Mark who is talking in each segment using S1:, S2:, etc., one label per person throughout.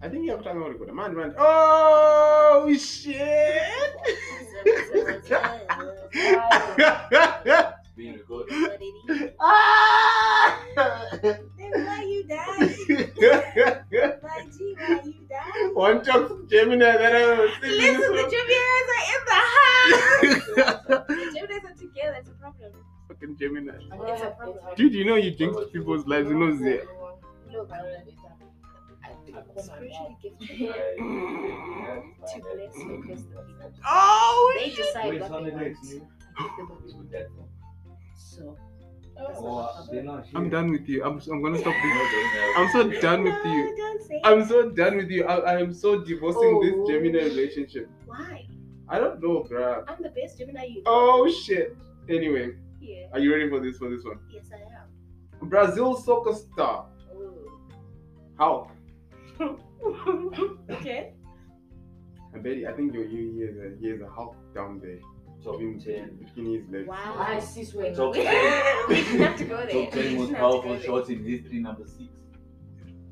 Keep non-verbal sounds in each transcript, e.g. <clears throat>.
S1: I think you have time to record. Man, man. Oh shit!
S2: Being recorded.
S1: ah!
S3: why you die? Why G, why you die?
S1: <laughs> One talks to Gemini, then I was singing
S3: Listen, the
S1: this
S3: Jupiters are in the house.
S1: one.
S3: The Jupiters are together. It's a problem.
S1: Fucking Gemini.
S3: It's a problem.
S1: Dude, you know you jinx people's lives, you know Zay.
S3: Look, spiritually gifted to bless or curse the people.
S1: Oh!
S3: They decide
S2: Wait,
S3: what they
S2: Sunday
S3: want.
S2: nights, new.
S3: So
S2: Oh, they're not here.
S1: I'm done with you. I'm, I'm gonna stop
S2: No,
S1: this.
S2: they're not.
S1: I'm so done with you.
S3: no, don't say
S1: I'm so done with you. I, I am so divorcing
S3: Oh.
S1: this Gemini relationship.
S3: why.
S1: I don't know, bruh.
S3: I'm the best Gemini you know.
S1: Oh shit. Anyway,
S3: Yeah.
S1: are you ready for this? For this one,
S3: Yes, I am.
S1: Brazil soccer star.
S3: <laughs>
S1: How?
S3: Ooh. okay.
S1: I bet you, I think you you hear the hear the how down there
S2: Top
S1: between
S2: 10.
S1: between his legs.
S3: Wow.
S4: I see swear.
S2: Top
S3: we
S2: 10.
S3: didn't have to go there.
S2: Top 10
S3: We didn't
S2: most
S3: have to go
S2: powerful
S3: there.
S2: shots in history, number 6.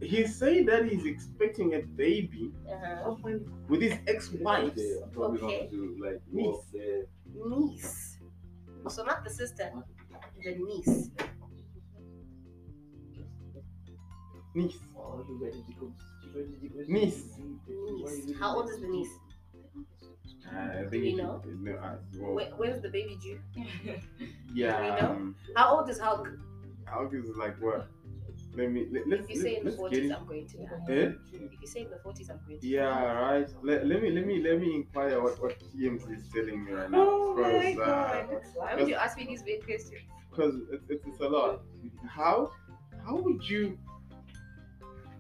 S1: He's saying that he's expecting a baby
S3: Uh-huh.
S4: Oh, funny.
S1: with his ex-wife.
S2: Okay, I'm probably
S3: Okay.
S2: going to like
S1: Nice.
S2: walk there.
S3: Niece. So not the sister, the niece.
S1: Niece. Niece.
S3: Niece. How old is the niece?
S1: Ah, I think
S3: Do we
S1: he-
S3: know?
S1: No, ah, I, well,
S3: Where, when's the baby due?
S1: yeah.
S3: do we know?
S1: um,
S3: How old is Hulk?
S1: Hulk is like what? Let me let, let's
S3: If you say in the
S1: let's get
S3: forties, uh.
S1: it.
S3: I'm going to die.
S1: Eh?
S3: If you say in the forties, I'm going to.
S1: Yeah,
S3: die.
S1: right. Let, let me let me let me inquire what what TMC is telling me right now.
S3: Oh
S1: because, uh,
S3: Why would you ask me these weird questions?
S1: 'cause it's, it's it's a lot. How how would you?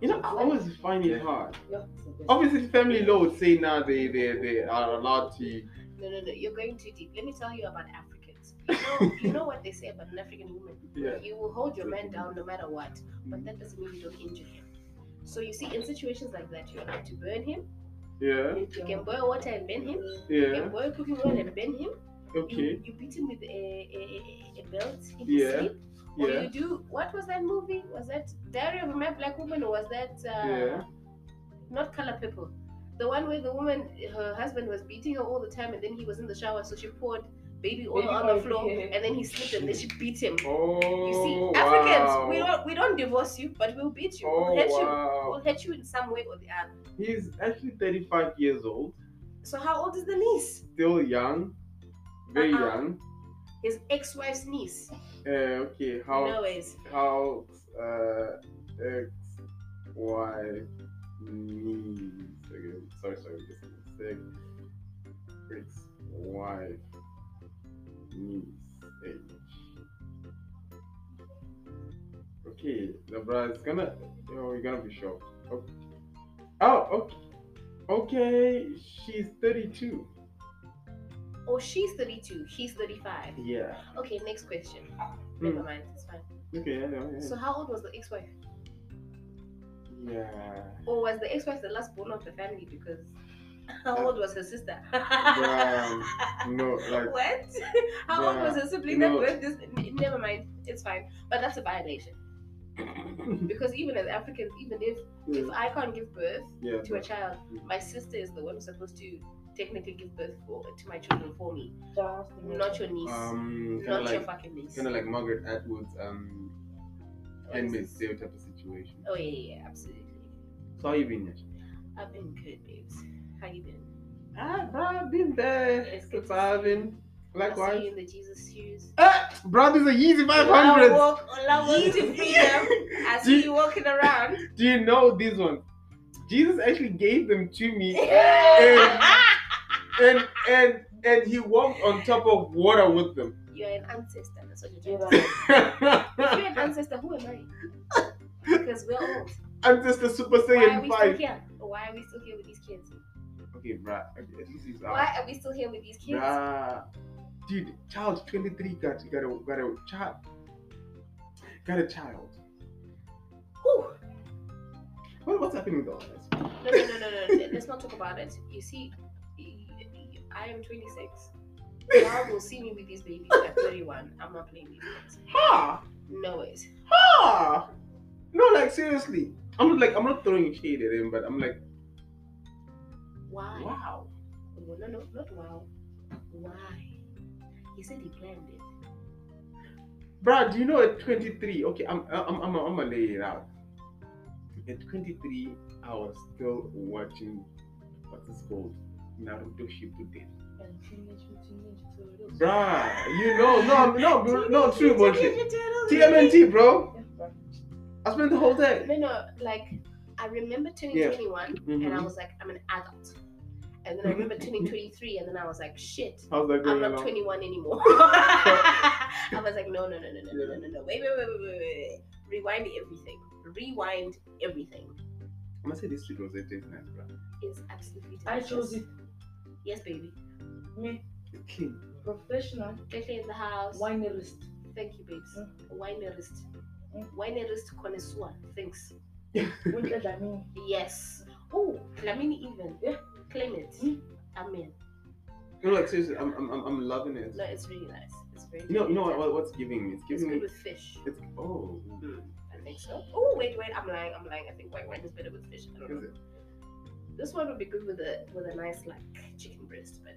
S1: You know, I always find it hard. Obviously, family law would say now they they they are allowed to.
S3: No, no, no. You're going too deep. Let me tell you about Africans. You know, you know what they say about an African woman.
S1: Yeah. Mm-hmm.
S3: You will hold your man down no matter what, but that doesn't mean you don't injure him. So you see, in situations like that, you're allowed to burn him.
S1: Yeah.
S3: You can boil water and burn him. You
S1: Yeah.
S3: can boil cooking oil and burn him.
S1: Okay.
S3: You, you beat him with a, a, a- a belt in his
S1: Yeah.
S3: sleep. Or
S1: Yeah.
S3: you do what was that movie? Was that Diary of a Mad Black Woman or was that uh,
S1: Yeah.
S3: not Color Purple? The one where the woman her husband was beating her all the time and then he was in the shower so she poured baby oil
S4: Baby
S3: on the
S4: oil,
S1: <laughs>
S3: floor
S4: yeah.
S3: and then he slipped and then she beat him.
S1: Oh.
S3: You see,
S1: wow.
S3: Africans, we don't we don't divorce you, but we'll beat you.
S1: Oh
S3: we'll hurt you.
S1: wow.
S3: We'll hurt you in some way or the other.
S1: He's actually 35 years old.
S3: So how old is the niece?
S1: Still young. Very
S3: Uh-uh.
S1: young.
S3: His ex-wife's niece.
S1: Uh, okay. How?
S3: No ways.
S1: How uh X Y knees okay, sorry sorry this is sick X Y knees H Okay the bra is gonna oh you're gonna be shocked oh, oh okay okay she's 32
S3: Oh, she's 32. He's 35.
S1: yeah
S3: Okay, next question.
S1: Hmm.
S3: Never mind. It's fine.
S1: okay I know, yeah
S3: So how old was the ex-wife?
S1: yeah
S3: Or was the ex-wife the last born of the family? Because <laughs> how old was her sister?
S1: Uh,
S3: <laughs>
S1: Bruh, no like
S3: what? <laughs> How old was her sibling that
S1: No.
S3: birthed this? n- Never mind. It's fine. But that's
S1: <laughs>
S3: a violation. because even as Africans, even if if I can't give birth
S1: Mm, yeah
S3: to a child, my sister is the one who's supposed to technically give birth for, to my children for me, not your niece,
S1: um, kind
S3: not
S1: of
S3: your
S1: like
S3: fucking niece.
S1: kind of like Margaret Atwood's um, handmaid's tale type of situation.
S3: Oh yeah, yeah, yeah, absolutely.
S1: So how you been? Yash?
S3: I've been good, babes. How you been?
S1: Ah, bro, I've been there.
S3: It's good to
S1: surviving.
S3: I saw you
S1: Likewise,
S3: in the Jesus shoes.
S1: Ah, bro, this is a Yeezy 500.
S3: Love walk, love walk to freedom. I see you walking around.
S1: <laughs> Do you know this one? Jesus actually gave them to
S3: <laughs>
S1: me,
S3: you
S1: and and and he walked on top of water with them. <laughs>
S3: are an ancestor. That's what you're trying to
S4: Yeah.
S3: say. If you're an ancestor, who am I? Because we're old.
S1: Ancestor Super
S3: Why are
S1: Saiyan
S3: we still
S1: five.
S3: here? Why are we still here with these kids?
S1: Okay, bro. Okay, at least he's out.
S3: Why are we still here with these kids?
S1: Nah. Dude, child's 23 got got a got a child. Got a child.
S3: Whew.
S1: What, what's happening with all this?
S3: No, no, no, no, no. Let's not talk about it. You see, I am 26. God will see me with these babies at 31. I'm not playing these kids.
S1: Ha!
S3: No ways.
S1: Ha! No, like seriously. I'm not like I'm not throwing shade at him, but I'm like,
S3: Why?
S2: Wow.
S3: No, no, no, not wow. Why? He said he planned it.
S1: Brad, you know at 23, okay, I'm I'm I'm I'm gonna lay it out. At 23, I was still watching what's this called Naruto Shippuden.
S4: And Teenage Mutant Ninja Turtles.
S1: Bruh, you know, no, I'm- no,
S4: <laughs>
S1: bro, no, true
S3: Teenage Mutant
S1: about it.
S3: Ninja Turtles, really?
S1: TMNT, bro.
S4: Yeah, bruh.
S1: I spent the whole day.
S3: No, no, like I remember turning
S1: Yeah.
S3: 21 and I
S1: Mhm.
S3: was like, I'm an adult. And then I
S1: <laughs>
S3: remember turning 23 and then I was like, shit,
S1: How's that
S3: I'm
S1: going
S3: not
S1: along? <laughs>
S3: 21 anymore. I was like, no, no, no, no, no, no,
S1: Yeah.
S3: no, no, wait, wait, wait, wait, wait, wait. Rewind everything. Rewind everything.
S1: I must say this shit was a taste nice, bruh.
S3: It's absolutely
S4: I
S3: delicious.
S4: chose it.
S3: Yes, baby.
S4: Me,
S1: It's king.
S4: professional
S3: Fefe in the house.
S4: winerist.
S3: Thank you, babes.
S4: Hmm?
S3: Winerist. Winerist connoisseur. Thanks.
S4: Winter than me.
S3: Yes. Oh, Lamini even.
S4: Yeah.
S3: Claim it.
S4: Mm.
S3: Amen.
S1: No, like seriously, I'm I'm I'm, I'm loving it.
S3: No, it's really nice. It's very
S1: You know, you know what,
S3: good.
S1: what what's giving me? It's
S3: It's
S1: giving me.
S3: good with fish.
S1: It's oh.
S3: I think so. Oh wait, wait, I'm lying, I'm lying. I think white wine is better with fish. I don't
S1: Is
S3: know.
S1: it?
S3: This one would be good with a with a nice like chicken breast, but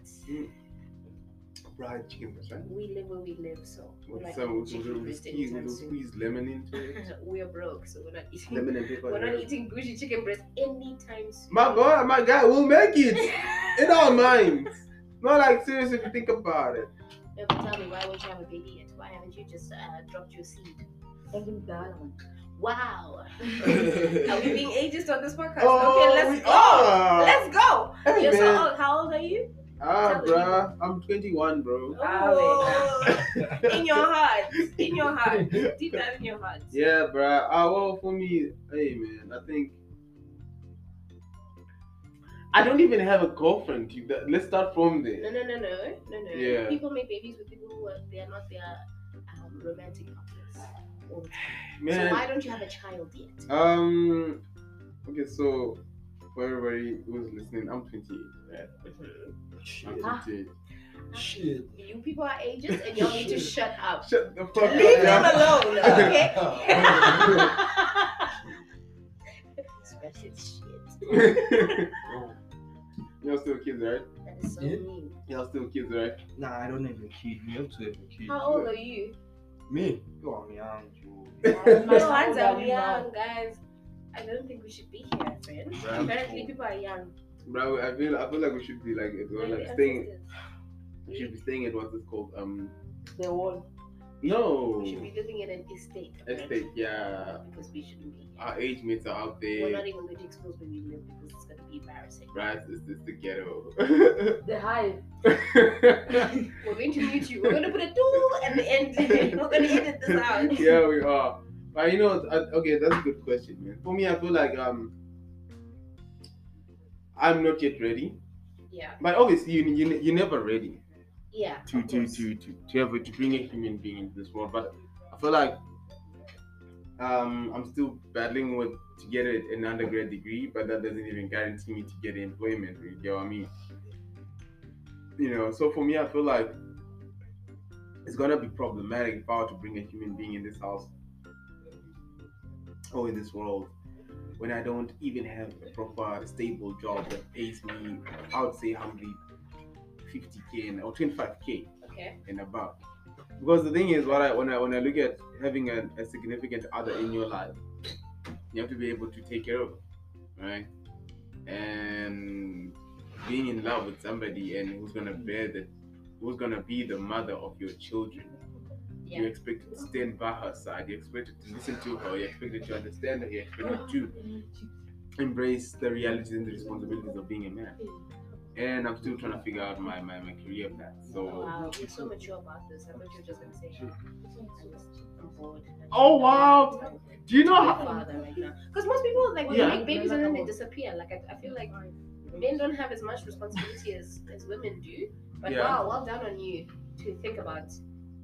S1: Fried chicken breast, right?
S3: we live where we live, so we're
S1: With
S3: not
S1: some
S3: eating
S1: with
S3: chicken
S1: little
S3: breast
S1: squeeze,
S3: anytime
S1: little
S3: soon.
S1: squeeze lemon into it.
S3: <laughs> we are broke, so we're not eating
S1: lemon and pepper.
S3: we're
S1: yeah.
S3: not eating Gucci chicken breast anytime soon.
S1: My God, my God, we'll make
S3: <laughs>
S1: it in our minds. No, like seriously, if you think about it.
S3: No, but tell me, why won't you have a baby yet? Why haven't you just uh, dropped your seed?
S4: Send him the other one.
S3: Wow. <laughs>
S1: <laughs>
S3: Are we
S1: oh,
S3: being ageist on this podcast? okay,
S1: we
S3: let's go.
S1: are.
S3: Let's go.
S1: hey,
S3: You're
S1: man.
S3: so old. How old are you?
S1: Ah,
S3: Tell the
S1: bruh, I'm 21, bro.
S3: Oh, in your heart. In your
S1: <laughs>
S3: heart. Deep down in your heart.
S1: Yeah, bruh. Ah, well, for me, hey, man, I think. I don't even have a girlfriend. You- that- Let's start from
S3: No,
S1: there.
S3: no, no, no, no, no.
S1: Yeah.
S3: People make babies with people who are, they are not their um, romantic partners. all the time. So why
S1: Man,
S3: don't you have a child yet?
S1: um, okay, so for everybody who's listening, I'm 28. right? I'm
S2: Shit.
S3: Ah.
S1: 28.
S2: Shit.
S3: You people are ages and y'all need <laughs> to shut up.
S1: Shut the fuck
S3: Leave
S1: up.
S3: them
S1: yeah.
S3: alone, okay? Especially shit.
S1: You're still kids, right?
S3: That is so
S2: Yeah.
S3: mean.
S1: You're still kids, right?
S2: Nah, I don't have a kid. You have to have a kid.
S3: How old are you?
S2: Me? You are young, you.
S3: My
S4: How
S3: hands
S4: old
S3: are
S4: you now?
S3: young, guys. I don't think we should be here, friend.
S1: Bro,
S3: Apparently, people are young.
S1: bro, I feel I feel like we should be like at
S3: Maybe
S1: like
S3: us
S1: staying.
S3: sisters.
S1: We should be staying at what's it called? Um,
S4: The wall.
S1: no,
S3: We should be living in an estate. apparently,
S1: estate. uh, Yeah,
S3: Because we shouldn't be here.
S1: our age mates are out
S3: We're not
S1: there.
S3: even going to expose where we live because it's going to be embarrassing.
S1: Right, it's just the
S3: <laughs>
S1: ghetto.
S4: The hive.
S3: We're going to mute you. We're going to put a tool at the end. <laughs> We're going to edit
S1: <laughs>
S3: this out.
S1: yeah, we are. But you know, I, okay, that's a good question, man. For me, I feel like um, I'm not yet ready.
S3: Yeah.
S1: But obviously, you you you're never ready.
S3: Yeah.
S1: to
S3: of
S1: to
S3: course.
S1: to to to have to bring a human being into this world. But I feel like um I'm still battling with to get a, an undergrad degree, but that doesn't even guarantee me to get employment. You get what I mean? You know, so for me, I feel like it's gonna be problematic if I were to bring a human being in this house or in this world when I don't even have a proper stable job that pays me, I would say humbly 50k and or 25k
S3: Okay.
S1: and above. Because the thing is, what I when I when I look at having a, a significant other in your life, you have to be able to take care of, it, right? And being in love with somebody and who's gonna bear the, who's gonna be the mother of your children.
S3: Yeah.
S1: You expected to stand by her side. You expected to listen to her. You expected to understand her. You expected to embrace the realities and the responsibilities of being a man. And I'm still trying to figure out my my, my career path. So.
S3: Wow, you're so mature about this. I thought you were just going to say, I'm bored.
S1: Oh, wow. Do you know how?
S3: Because most people like
S1: Yeah.
S3: they make babies and then they disappear. Like I, I feel like men don't have as much responsibility as, as women do. But
S1: Yeah.
S3: wow, well done on you to think about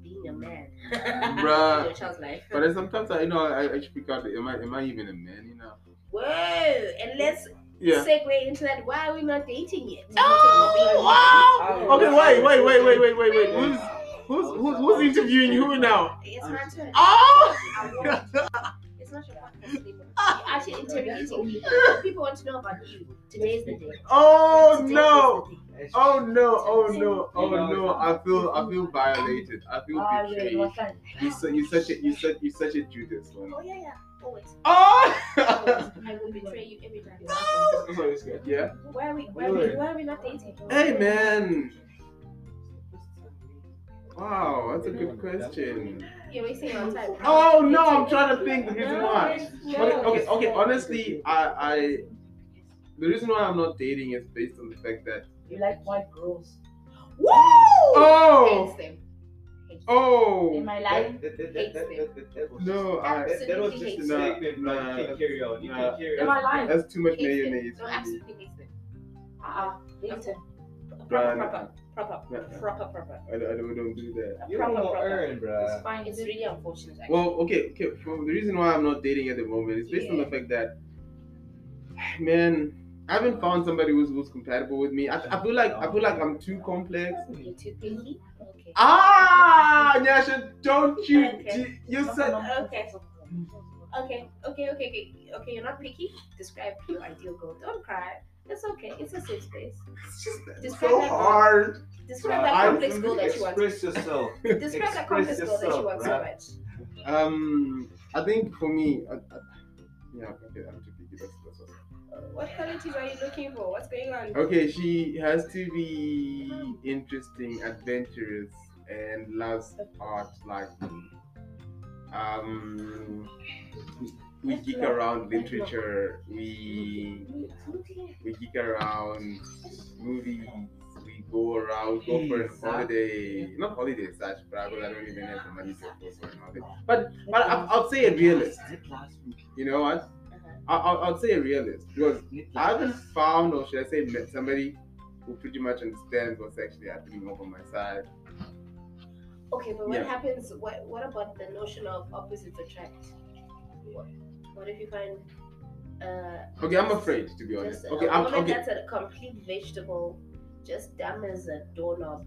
S3: being a man in your
S1: Bruh.
S3: child's life.
S1: But then sometimes I, you know, I, I speak out. Am I, am I even a man? You know?
S3: Whoa! And let's
S1: Yeah.
S3: segue into that. Why are we not dating yet?
S4: Oh, wow.
S1: Okay. Wait. Wait. Wait. Wait. Wait. Wait. Wait. Who's who's who's, who's interviewing who now?
S3: It's my turn.
S1: Oh. <laughs>
S3: I want- It's not your podcast anymore. I actually interrogating people. People want to know about you.
S1: <laughs>
S3: Today's the day.
S1: Oh
S3: Today's
S1: no!
S3: the day.
S1: Oh no! Oh no! Oh no! I feel I feel violated. I feel
S4: Ah, yeah,
S1: betrayed.
S4: what's that?
S1: You su- you such a you such you such a Judas one.
S3: Oh yeah, yeah. Always.
S1: Oh!
S3: I will betray you every time.
S1: yeah.
S3: Why are we? Why are we? Why are we not dating?
S1: Hey man! Wow, that's a good question.
S3: You're wasting our time.
S1: Oh no! I'm trying to think the reason
S3: No,
S1: why.
S3: it's
S1: Okay,
S3: not.
S1: okay, okay. Honestly, I I the reason why I'm not dating is based on the fact that
S4: You like white girls.
S1: oh
S3: Hates them. Hates them.
S1: oh
S4: In my life,
S1: no I
S2: That was just a statement,
S1: Nah,
S2: man. You can carry on. You
S1: nah.
S2: can carry on.
S4: in my life.
S1: that's too much
S3: Hates them.
S1: mayonnaise.
S3: No,
S1: for me.
S3: absolutely hates them.
S4: Ah, later.
S3: Proper,
S1: Nah, nah.
S3: proper, proper,
S1: Nah, nah.
S3: proper, proper.
S1: I don't, I don't, don't uh, do that.
S3: A
S2: You don't
S3: proper,
S2: want to
S3: proper.
S2: earn,
S4: It's
S2: bruh.
S4: fine.
S3: It's really unfortunate. Actually.
S1: Well, okay, okay. For the reason why I'm not dating at the moment is based on the
S3: Yeah.
S1: fact that, man, I haven't found somebody who's who's compatible with me. I, I feel like I feel like I'm too complex.
S3: You're too picky. Okay.
S1: Ah, Nyasha, don't you?
S3: Okay.
S1: You said
S3: okay. Okay, okay, okay, okay, okay. You're not picky. Describe your ideal goal. Don't cry. It's okay. It's a safe space.
S1: it's just
S3: Describe
S1: so
S3: that-
S1: hard.
S3: Describe
S1: Well,
S3: that
S1: I
S3: complex goal that you want.
S2: Express yourself.
S1: <laughs>
S3: Describe that complex
S2: express
S3: goal that you
S2: yourself,
S3: want so
S2: right?
S3: much.
S1: Um, I think for me, I, I, yeah, okay, I'm too picky. That's, that's what's
S3: What qualities are you looking for? What's going on?
S1: Okay, she has to be interesting, adventurous, and loves art like me. Um, we geek around literature. We we geek around movies. We go around, go for a
S2: Exactly.
S1: holiday. Not holiday as such, but I don't even have the money to go for a holiday. But but I, I'll say a realist. You know what? I, I'll, I'll say a realist because I haven't found, or should I say, met somebody who pretty much understands what's actually happening over my side.
S3: Okay, but what
S1: Yeah.
S3: happens? What What about the notion of opposites attract? What, what if you find uh,
S1: Okay, I'm afraid to be honest.
S3: just
S1: Okay,
S3: a
S1: I'm
S3: woman
S1: okay.
S3: that's a complete vegetable, just dumb as a <laughs> doorknob,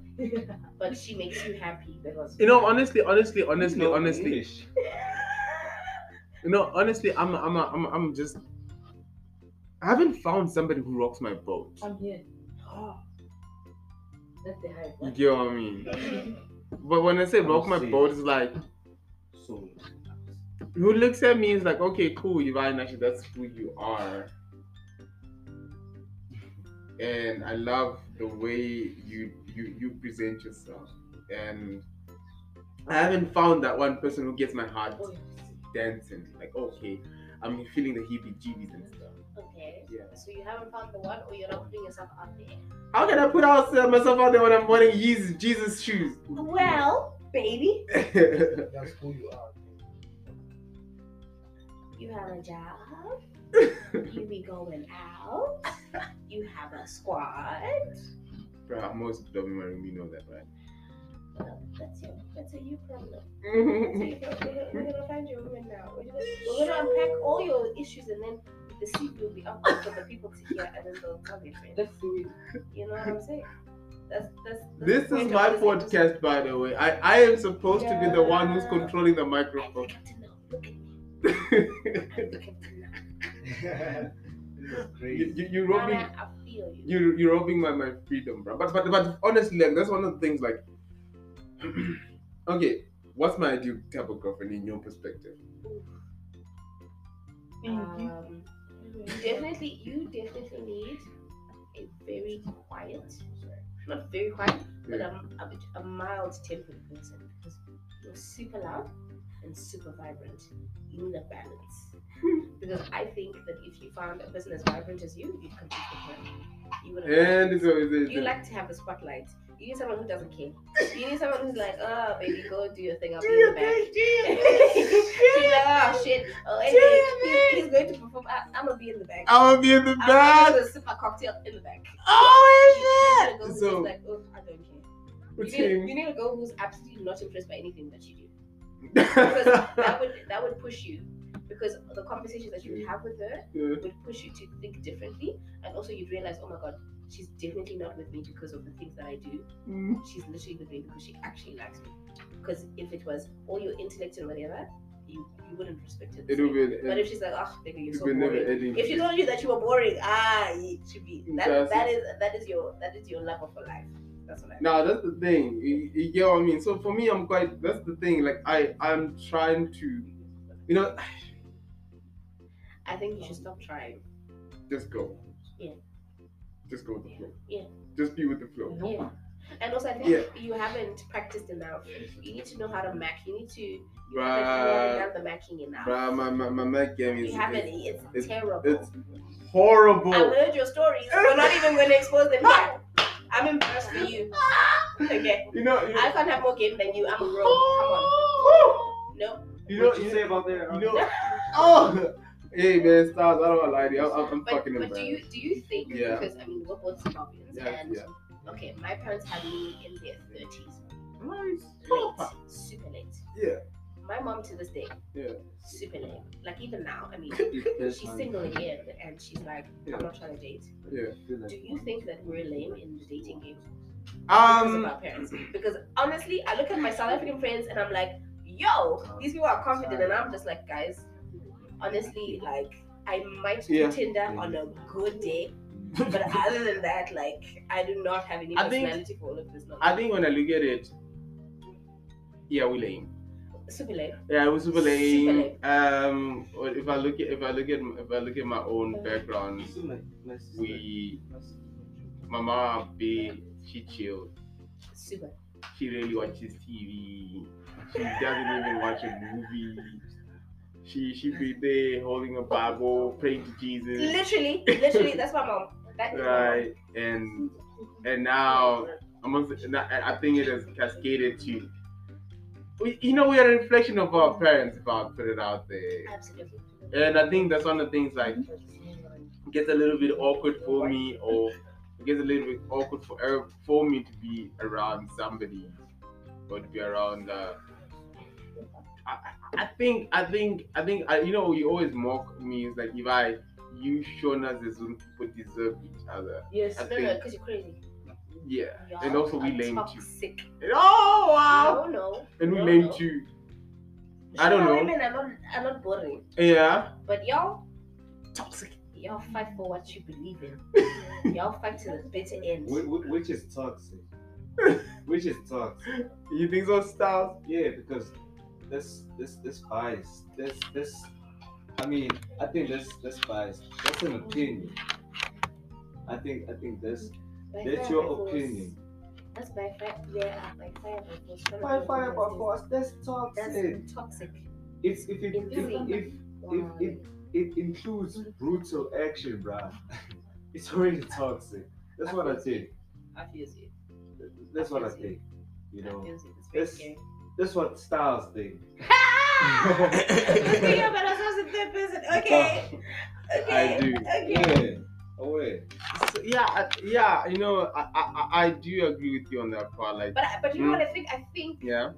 S3: but she makes you happy?
S1: You know, honestly, honestly, honestly, honestly, you know, honestly, I'm, I'm, I'm, I'm just. I haven't found somebody who rocks my boat.
S4: I'm here. <gasps> Ah. That's the hype.
S1: You get what I mean? But when I say rock my boat, it's like
S2: So,
S1: who looks at me is like, okay, cool, Yvonne, actually, that's who you are. And I love the way you you you present yourself. And I haven't found that one person who gets my heart
S4: Oh,
S1: dancing. Like, okay, I'm feeling the heebie jeebies and stuff.
S3: Okay.
S1: Yeah.
S3: So you haven't found the one, or you're not putting yourself out there.
S1: How can I put out uh, myself out there when I'm wearing Yeezy, Jesus shoes? <laughs>
S3: Well, baby,
S2: that's who you are.
S3: you have
S1: <laughs>
S3: a job. you be going out. You have a squad.
S1: Bruh, most don't even we know that,
S3: Well, that's your that's a you problem. So
S1: right?
S3: you go- we're, gonna, we're gonna find your woman now. We're gonna, we're gonna unpack all your issues and then the seed will be up for the people to hear and then they'll tell their friends.
S4: Let's do it.
S3: You know what I'm saying? That's that's.
S1: This
S3: that's the
S1: is
S3: point
S1: my
S3: of this episode.
S1: podcast, by the way. I, I am supposed to be the one who's controlling the
S3: I
S1: microphone.
S3: think I'm to know. Look at me. I think I'm to know.
S2: this
S1: you,
S2: is crazy.
S1: you, you're
S3: Now
S1: robbing,
S3: that I feel you.
S1: you, you're robbing my, my freedom, bro. But, but, but honestly, like, that's one of the things, like, <clears throat> okay, what's my ideal type of girlfriend in your perspective?
S3: Um, you definitely, you definitely need a very quiet, not very quiet, but a, a, a mild tempered person because you're super loud and super vibrant. You need a balance.
S1: Hmm.
S3: because I think that if you found a person as vibrant as you, you'd compete with her. You wouldn't.
S1: And it's always it's,
S3: You like to have the spotlight. You need someone who doesn't care. You need someone who's like, oh, baby, go do your thing. I'll be in the back. <laughs> She's like, oh, shit. Oh, anyway, he's, he's going to perform. I, I'm going to be in the back.
S1: I will be in the
S3: I'm
S1: back.
S3: going to sip a cocktail in the back.
S1: Oh,
S3: You need a girl who's
S1: So-
S3: like, oh, I don't care. You
S1: yeah.
S3: need, you need a girl who's absolutely not impressed by anything that you <laughs> do.
S1: <laughs>
S3: Because that would that would push you. Because the conversations that you would have with her would push you to think differently. And also you'd realize, oh my god, she's definitely not with me because of the things that I do. She's literally with me because she actually likes me. Because if it was all your intellect and whatever, you, you wouldn't respect it.
S1: <laughs> It will be.
S3: But if she's like, ah, nigga, you're
S1: it
S3: so
S1: will never
S3: boring.
S1: ending.
S3: If she told you that you were boring, ah, it should be that,
S1: That's
S3: that is that is your that is your love of a life. That's what I.
S1: Now that's the thing. You, you get what I mean. So for me, I'm quite. That's the thing. Like I, I'm trying to, you know,
S3: I think you should stop trying.
S1: just go.
S3: Yeah.
S1: Just go with the flow.
S3: Yeah.
S1: Just be with the flow.
S3: Yeah. And also, I think
S1: Yeah.
S3: you haven't practiced enough. You need to know how to mac. You need to. You
S1: Bruh.
S3: haven't done the macking enough.
S1: Bruh, my my my Mac game is
S3: you haven't.
S1: it's, it's-
S3: It's, terrible.
S1: it's horrible.
S3: I've heard your stories. We're not even going to expose them here. I'm embarrassed for you. Okay.
S1: you know. You know.
S3: I can't have more game than you. I'm a girl. Come on. Nope.
S1: you know.
S2: What
S1: You
S2: you
S1: know.
S2: say about that?
S1: You
S3: <laughs>
S1: know oh. Hey man, stars. I don't wanna lie to you. I'm, I'm- I'm
S3: But,
S1: fucking
S3: but do
S1: embarrassed.
S3: you do you think
S1: Yeah.
S3: because I mean we're both Zimbabweans
S1: Yeah,
S3: and
S1: yeah.
S3: okay my parents had me in their thirties
S1: Nice.
S3: late super late
S1: Yeah.
S3: my mom to this day
S1: Yeah.
S3: super late like even now I mean
S5: She's
S3: she's single again and she's like
S1: Yeah.
S3: I'm not trying to date do you think that we're lame in the dating game because of
S1: Um.
S3: our parents. Because honestly, I look at my South African friends and I'm like, yo, these people are confident, and I'm just like, guys, honestly, like I might do
S1: Yeah.
S3: Tinder on a good day, but other than that, like I do not have any
S1: I think-
S3: personality for all of this.
S1: I
S3: Nonsense.
S1: think when I look at it, yeah, we lame.
S3: Super lame.
S1: Yeah, it was super
S3: Super
S1: lame. Um, or if I look at if I look at if I look at my
S3: Uh-huh.
S1: own background, we my mom be she chill.
S3: Super.
S1: She really watches TV. She doesn't even watch a movie. She she be there holding a Bible, praying to Jesus,
S3: Literally, literally, that's my mom. That is my mom.
S1: right? And and now almost and I, I think it has cascaded to. We, you know, we are a reflection of our parents. If I put it out there.
S3: Absolutely.
S1: And I think that's one of the things like it gets a little bit awkward for me or it gets a little bit awkward for er- for me to be around somebody or to be around uh I, I- I think I think I think I, you know you always mock me it's like if I you shown us the Zulu people deserve each other.
S3: Yes.
S1: I
S3: No, no,
S1: think-
S3: because you're crazy.
S1: Yeah.
S3: Y'all
S1: And also we
S3: are
S1: lame too.
S3: toxic.
S1: Oh wow
S3: No, no.
S1: And we
S3: no,
S1: lame
S3: no.
S1: too. I don't
S3: Sure,
S1: know.
S3: Women are not are not boring,
S1: Yeah.
S3: but y'all
S1: Toxic.
S3: y'all fight for what you believe
S1: <laughs>
S3: in. y'all fight to the bitter end.
S2: Which is toxic. Which is toxic.
S1: You think so <laughs> stars?
S2: Yeah, because this this this bias. This this. I mean, I think that's that's bias. That's an opinion. I think I think that's
S3: By fire
S2: that's
S3: by
S2: your
S3: force.
S2: opinion.
S3: That's by fire. Yeah, by fire by force. Some of
S2: By
S3: them
S2: fire, by
S3: don't
S2: force. That's
S3: That's
S2: toxic.
S3: toxic.
S2: It's if it
S3: In
S2: if
S3: theory.
S2: if if, if it includes brutal action, bruh, <laughs> it's already toxic. That's what I think.
S3: I feel you.
S2: That's what I think. You know,
S3: I feel you. It's very
S2: that's
S1: <laughs>
S3: scary.
S2: that's what styles think.
S3: Let's think about ourselves in third person. Okay. Okay.
S1: I do.
S3: Okay.
S2: Yeah, away.
S1: So, yeah, I, yeah, you know, I, I I- I do agree with you on that part. Like,
S3: But I- but you know
S1: Mm.
S3: what I think? I think
S1: yeah,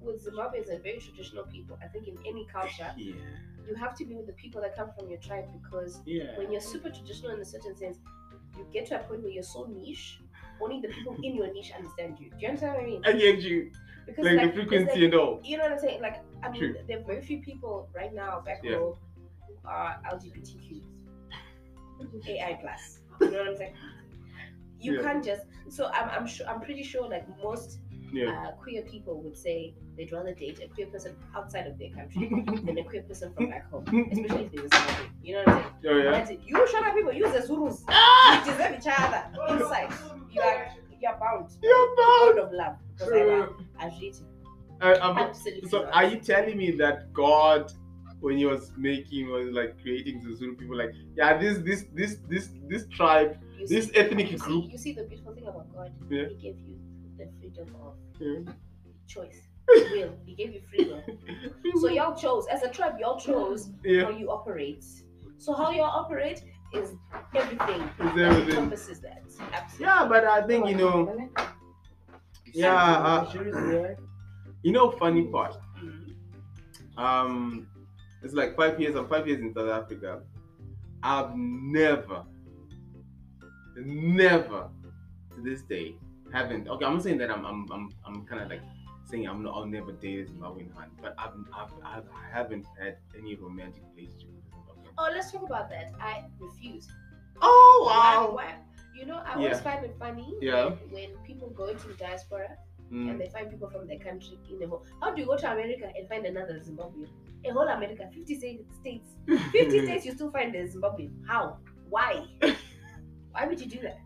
S3: with Zimbabweans are very traditional people. I think in any culture
S1: yeah,
S3: you have to be with the people that come from your tribe because
S1: yeah.
S3: when you're super traditional in a certain sense, you get to a point where you're so niche, only the people in your niche understand you. Do you understand what I mean?
S1: I get you.
S3: Because
S1: Like, the
S3: it's
S1: frequency
S3: like-
S1: and all.
S3: you know what I'm saying? Like, I mean,
S1: True.
S3: there are very few people right now back
S1: Yeah.
S3: home who are LGBTQ, AI plus. You know what I'm saying? You
S1: Yeah.
S3: can't just. So I'm, I'm sure I'm pretty sure like most
S1: Yeah.
S3: uh, queer people would say they'd rather date a queer person outside of their country than a queer person from back home, especially if they were Zimbabwean. You know what I'm saying?
S1: Oh yeah. Ah!
S3: That's it. You shut up, people. You the Zulus. You deserve each other. Inside, you are you are bound.
S1: You're
S3: Bound
S1: bound.
S3: of love. Because I love.
S1: True.
S3: I hate you.
S1: I, I'm-
S3: Absolutely.
S1: so,
S3: not.
S1: are you telling me that God, when He was making or like creating the Zulu people, like, yeah, this this this this this tribe,
S3: You
S1: this
S3: see-
S1: ethnic
S3: you
S1: group,
S3: See, you see the beautiful thing about God.
S1: Yeah.
S3: He gave you the freedom of
S1: Yeah. <laughs>
S3: choice, will. He gave you freedom. so y'all chose as a tribe. Y'all chose
S1: yeah,
S3: how you operate. So how y'all operate is everything.
S1: is
S3: that
S1: everything.
S3: encompasses that. Absolutely.
S1: Yeah, but I think you
S3: Oh,
S1: know, yeah,
S4: Um,
S1: uh, you know, funny part.
S3: Mhm.
S1: um it's like five years i'm five years in south africa i've never never to this day haven't okay i'm not saying that i'm i'm i'm, I'm kind of like saying I'm not, I'll never date a Zimbabwean hand, but I've, I've, I've I haven't had any romantic relationship with a Zimbabwean.
S3: Oh, let's talk about that. I refuse.
S1: Oh
S3: I- why- you know, I always
S1: Yeah.
S3: find it funny
S1: Yeah.
S3: when people go to the diaspora
S1: Mm. <laughs>
S3: and they find people from their country in the whole. How do you go to America and find another Zimbabwean? A whole America, 50 sta- states.
S1: <laughs>
S3: 50 states, you still find a Zimbabwean. How? Why? Why would you do that?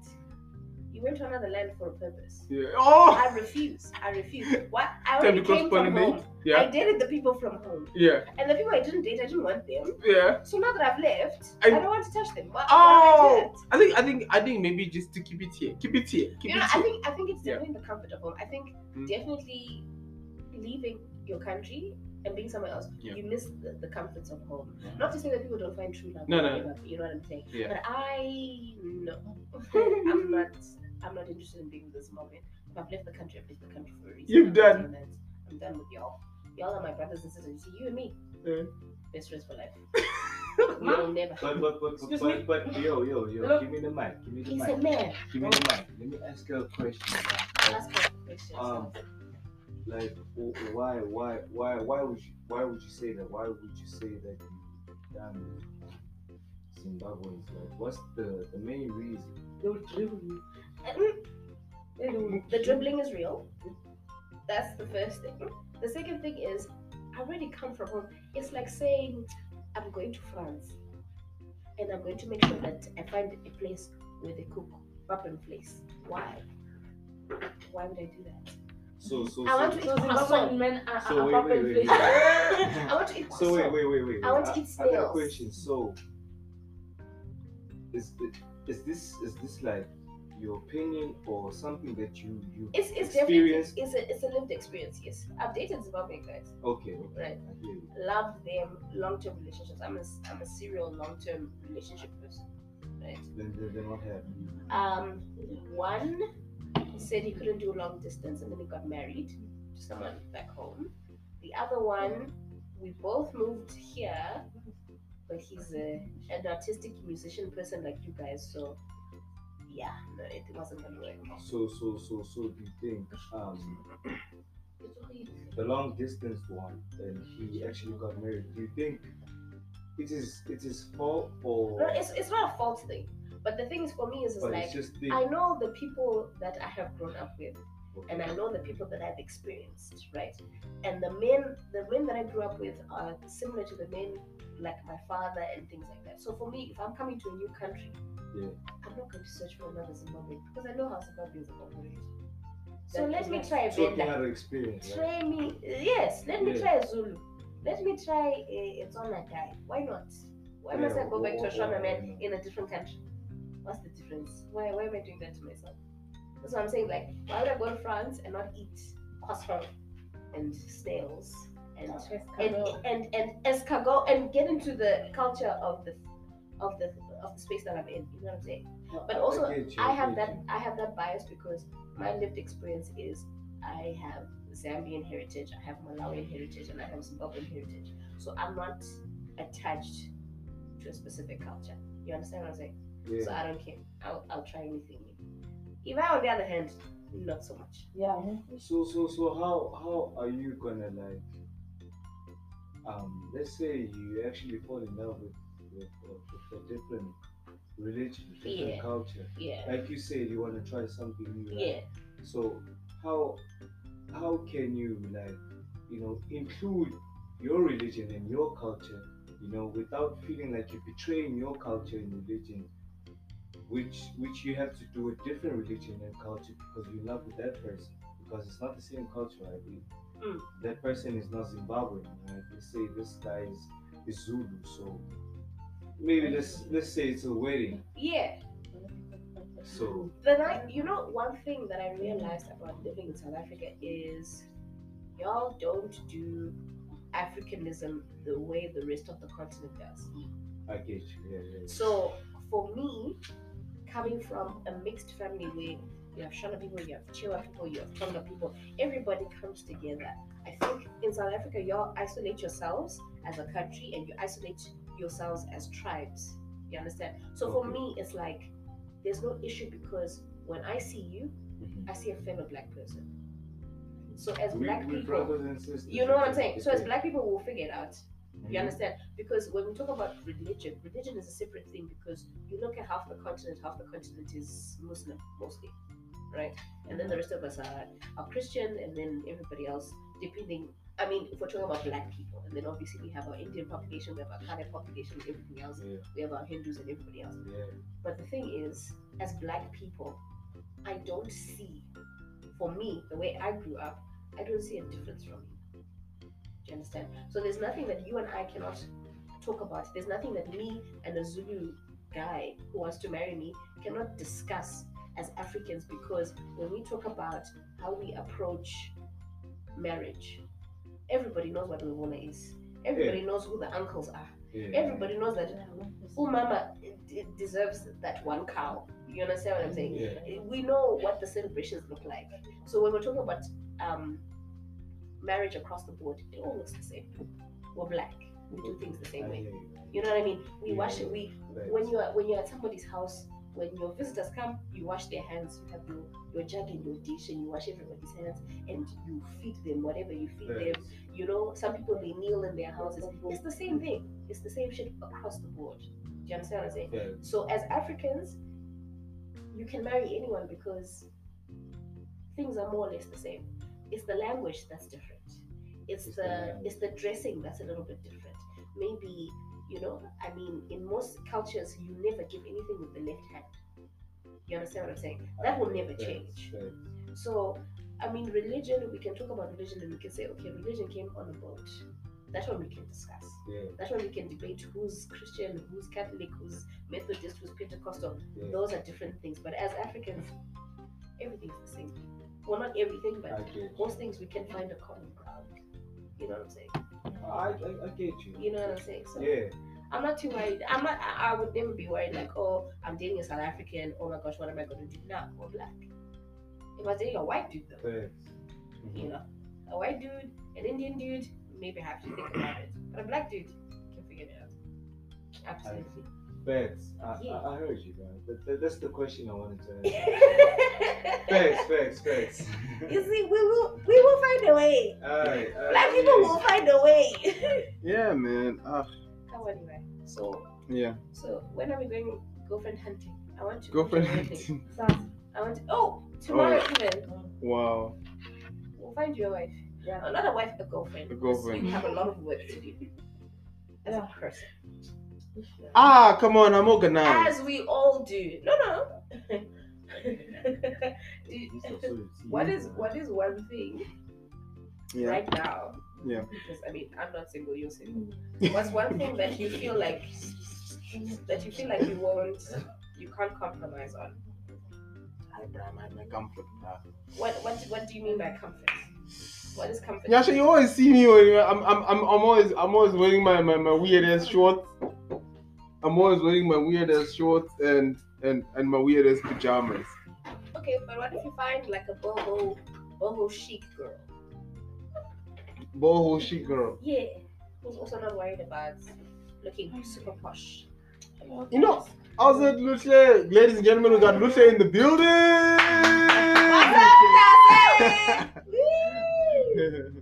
S3: You went to another land for a purpose.
S1: Yeah. <laughs> Oh.
S3: I refuse. I refuse. What? I
S1: <laughs> Tell
S3: already
S1: because
S3: came from
S1: pollinate.
S3: home. I
S1: Yeah.
S3: dated the people from home.
S1: Yeah.
S3: And the people I didn't date, I didn't want them.
S1: Yeah.
S3: So now that I've left, I,
S1: I-
S3: don't want to touch them. Why, why would I do
S1: Oh.
S3: that?
S1: I think I think I think maybe just to keep it here. Keep it here. Keep
S3: you know,
S1: it here.
S3: I think I think it's
S1: Yeah.
S3: definitely the comfort of home. I think
S1: Mm.
S3: definitely leaving your country and being somewhere else,
S1: Yeah.
S3: you miss the, the comforts of home.
S1: Yeah.
S3: Not to say that people don't find true love.
S1: No,
S3: or
S1: no,
S3: whatever, You know what I'm saying?
S1: Yeah.
S3: But I no,
S1: <laughs>
S3: I'm not. I'm not interested in being with this moment. If I've left the country, I've left the country for a reason.
S1: You've
S3: I'm not
S1: done.
S3: doing that. I'm done with y'all. Y'all are my brothers and sisters. You see, you and me,
S1: Yeah.
S3: best friends for
S1: <laughs>
S3: life.
S2: But,
S3: We'll never.
S2: but, but, but,
S4: Excuse
S2: but, but, yo, yo, yo,
S4: Hello?
S2: give me the mic. Give me the
S3: He's a
S2: mic.
S3: man.
S2: Give me the mic. Let me ask you a question. right?
S3: Ask her questions.
S2: Um, like w- why why why why would you why would you say that why would you say that you done Zimbabweans like what's the the main reason they would dribble you
S3: Mm. The dribbling is real. That's the first thing. The second thing is, I already come from home. It's like saying, I'm going to France and I'm going to make sure that I find a place where they cook open place. Why? Why would I do that?
S2: so so
S3: I want
S2: so,
S3: to
S4: So
S3: eat
S4: Zimbabwean
S3: croissant.
S4: men are,
S2: So
S4: are
S2: wait,
S4: proper
S2: wait, wait,
S4: inflation.
S2: wait. <laughs>
S3: I want to eat
S2: so wait
S3: croissant.
S2: wait wait wait
S3: I want to
S2: wait.
S3: eat
S2: I, I got a
S3: snails.
S2: question so is it is this is this like your opinion or something that you you
S3: It's, it's definitely
S2: Experience.
S3: it's a, it's a lived experience. Yes, I've dated Zimbabwean guys.
S2: okay okay
S3: Right.
S2: I hear you
S3: Love them. Long term relationships. I'm a I'm a serial long term relationship person. Right.
S2: then then, then what happened
S3: um, one he said he couldn't do long distance and then he got married to someone back home. The other one, we both moved here, but he's a, an artistic musician person like you guys, so yeah, no, it wasn't gonna work.
S2: so so so so do you think um the long distance one and he actually got married do you think it is it is fault or
S3: No, it's, it's not a false thing, but the thing is for me is, is
S2: but
S3: like
S2: it's just thing
S3: I know the people that I have grown up with.
S2: okay.
S3: and I know the people that I've experienced, right? And the men, the men that I grew up with are similar to the men like my father and things like that. So for me, if I'm coming to a new country,
S2: Yeah.
S3: I'm not going to search for another Zimbabwean because I know how Zimbabweans are operating. So
S4: That-
S3: let me
S4: that's
S3: try a
S2: talking
S3: Venda.
S2: out of experience right?
S3: Try me, yes. Let me
S2: Yeah.
S3: try a Zulu. Let me try a, a Tswana guy. Why not? Why must
S2: Yeah,
S3: I go back to a
S2: wh- wh-
S3: Shona
S2: why
S3: man
S2: not?
S3: in a different country? What's the difference? Why, why am I doing that to myself? That's what I'm saying. Like, why would I go to France and not eat croissant and snails and and
S4: Escargot.
S3: and and escargot and get into the culture of the of the of the space that I'm in? You know what I'm saying?
S2: No,
S3: But
S2: I-
S3: also,
S2: I, get you,
S3: I have
S2: get
S3: that
S2: you.
S3: I have that bias because my lived experience is I have Zambian heritage, I have Malawian heritage, and I have Zimbabwean heritage. So I'm not attached to a specific culture. You understand what I'm saying?
S2: yeah.
S3: So I don't care. I'll, I'll try anything new. If I, on the other hand, not so much.
S4: Yeah.
S2: so so so how how are you gonna like um let's say you actually fall in love with with, with, with a different religion different
S3: Yeah.
S2: culture
S3: Yeah.
S2: like you said you want to try something new right?
S3: Yeah.
S2: So how how can you like you know include your religion and your culture, you know, without feeling like you're betraying your culture and religion, which which you have to do with different religion and culture because you love with that person because it's not the same culture, right? We-
S3: Mm.
S2: That person is not Zimbabwean, right? They say this guy is, is Zulu, so maybe let's let's say it's a wedding.
S3: Yeah.
S2: So
S3: Then I, you know, one thing that I realized about living in South Africa is y'all don't do Africanism the way the rest of the continent does.
S2: I get you, yeah, yeah. yeah.
S3: So for me, coming from a mixed family where you have Shona people, you have Chewa people, you have Tonga people, everybody comes together. I think in South Africa, y'all isolate yourselves as a country and you isolate yourselves as tribes. You understand? So for
S2: Okay.
S3: me, it's like there's no issue because when I see you,
S2: Mhm.
S3: I see a fellow black person. So as
S2: we,
S3: black
S2: we
S3: people,
S2: brothers and sisters.
S3: you know what I'm saying?
S2: It's
S3: So as
S2: okay.
S3: black people, we'll figure it out.
S2: Mhm.
S3: You understand? Because when we talk about religion, religion is a separate thing because you look at half the continent, half the continent is Muslim mostly, right? And then the rest of us are, are Christian, and then everybody else, depending. I mean, if we're talking about black people, and then obviously we have our Indian population, we have our Khaled population, and everything else,
S2: Yeah,
S3: we have our Hindus and everybody else.
S2: yeah.
S3: But the thing is, as black people, I don't see, for me, the way I grew up, I don't see a difference from you. Do you understand? So there's nothing that you and I cannot talk about. There's nothing that me and a Zulu guy who wants to marry me cannot discuss as Africans because when we talk about how we approach marriage, everybody knows what Lovona is. Everybody knows who the uncles are.
S2: yeah.
S3: Everybody knows that Oh, mama it, it deserves that one cow. You understand what I'm saying?
S2: Yeah.
S3: We know what the celebrations look like. So when we're talking about um, marriage across the board, it all looks the same. We're black. We do things the
S2: I
S3: same
S2: hear
S3: way.
S2: you.
S3: You know what I mean? We
S2: Yeah.
S3: wash it. We
S2: Right.
S3: when you're when you're at somebody's house, when your visitors come, you wash their hands. You have your your jug and your dish, and you wash everybody's hands, and you feed them whatever you feed them
S2: Right.
S3: you know some people they kneel in their houses it's the same thing it's the same shit across the board do you understand what i'm saying
S2: Yeah.
S3: so as africans you can marry anyone because things are more or less the same it's the language that's different it's,
S2: It's the
S3: the,
S2: language.
S3: it's the dressing that's a little bit different maybe you know i mean in most cultures you never give anything with the left hand you understand what i'm saying that will never
S2: Right.
S3: change
S2: Right.
S3: so, I mean, religion, we can talk about religion and we can say, okay, religion came on a boat. That one we can discuss.
S2: Yeah.
S3: That one we can debate who's Christian, who's Catholic, who's Methodist, who's Pentecostal.
S2: Yeah.
S3: Those are different things. But as Africans, everything's the same. Well, not everything,
S2: I
S3: but
S2: get you.
S3: most things we can find a common ground. You know what I'm saying?
S2: I, I, I get you.
S3: You know what I'm saying? So
S2: Yeah.
S3: I'm not too worried. I'm not. I I would never be worried like, oh, I'm dating a South African. Oh my gosh, what am I going to do now? Or black. If I was dating a white dude though,
S2: Right.
S3: you know, a white dude, an Indian dude, maybe I have to think about it. But a black dude can figure it out. Absolutely.
S2: Facts. I,
S3: Yeah.
S2: I, I heard you, man. That, that, that's the question I wanted to
S3: <laughs>
S2: ask. facts, facts, facts.
S3: <laughs>
S2: <laughs>
S3: you see, we will we will find a way.
S2: Alright, alright,
S3: Black people
S2: yeah.
S3: will find a way.
S1: Yeah, man. Ah,
S3: Come anyway. So
S1: yeah.
S3: so when are we going girlfriend hunting? I want to
S1: Girlfriend
S3: do everything. <laughs>
S1: hunting.
S3: I want to, oh tomorrow even
S1: Wow.
S3: we'll find you a wife.
S4: Yeah.
S3: No, not a wife, a girlfriend.
S1: A
S3: because
S1: girlfriend.
S3: You have a lot of work to do. As
S4: Yeah.
S3: a person.
S1: Ah, come on. I'm organized.
S3: As we all do. No
S4: <laughs>
S3: no.
S2: These are so
S3: What
S2: deep,
S3: is
S2: man.
S3: what is one thing
S1: Yeah.
S3: right now?
S1: Yeah.
S3: Because I mean, I'm not single. You're single. What's one thing that you feel like that you feel like you won't, you can't compromise on?
S1: Ay, bruh, my, my comfort, bruh.
S3: What what what do you mean by comfort? What is comfort?
S1: Yasha, you always see me when I'm I'm I'm, I'm always I'm always wearing my, my, my weird ass shorts. I'm always wearing my weird ass shorts and and and my weird ass pajamas.
S3: Okay, but what if you find like a boho boho chic girl?
S1: Boho chic girl.
S3: Yeah, who's also not worried about looking super posh.
S1: You know, I was at Lutle. Ladies and gentlemen, we got Lutle in the
S3: What's up, Tassie?
S1: building. <laughs>
S3: Woo!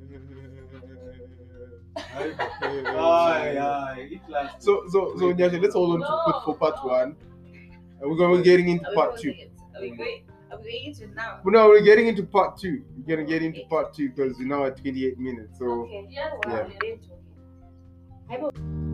S3: <laughs>
S2: Aye, aye. It lasts.
S1: So so so Nyasha, let's hold on to put for part
S3: No,
S1: one. And we're going we're getting into
S3: Are we
S1: part
S3: closing
S1: two.
S3: it? Are we going? Are we going to it now?
S1: But no, we're getting into part two. We're gonna get into
S3: Okay.
S1: part two because we're now at 28 minutes. So.
S3: Okay.
S4: Yeah.
S3: Wow,
S1: Yeah.
S3: we didn't talk.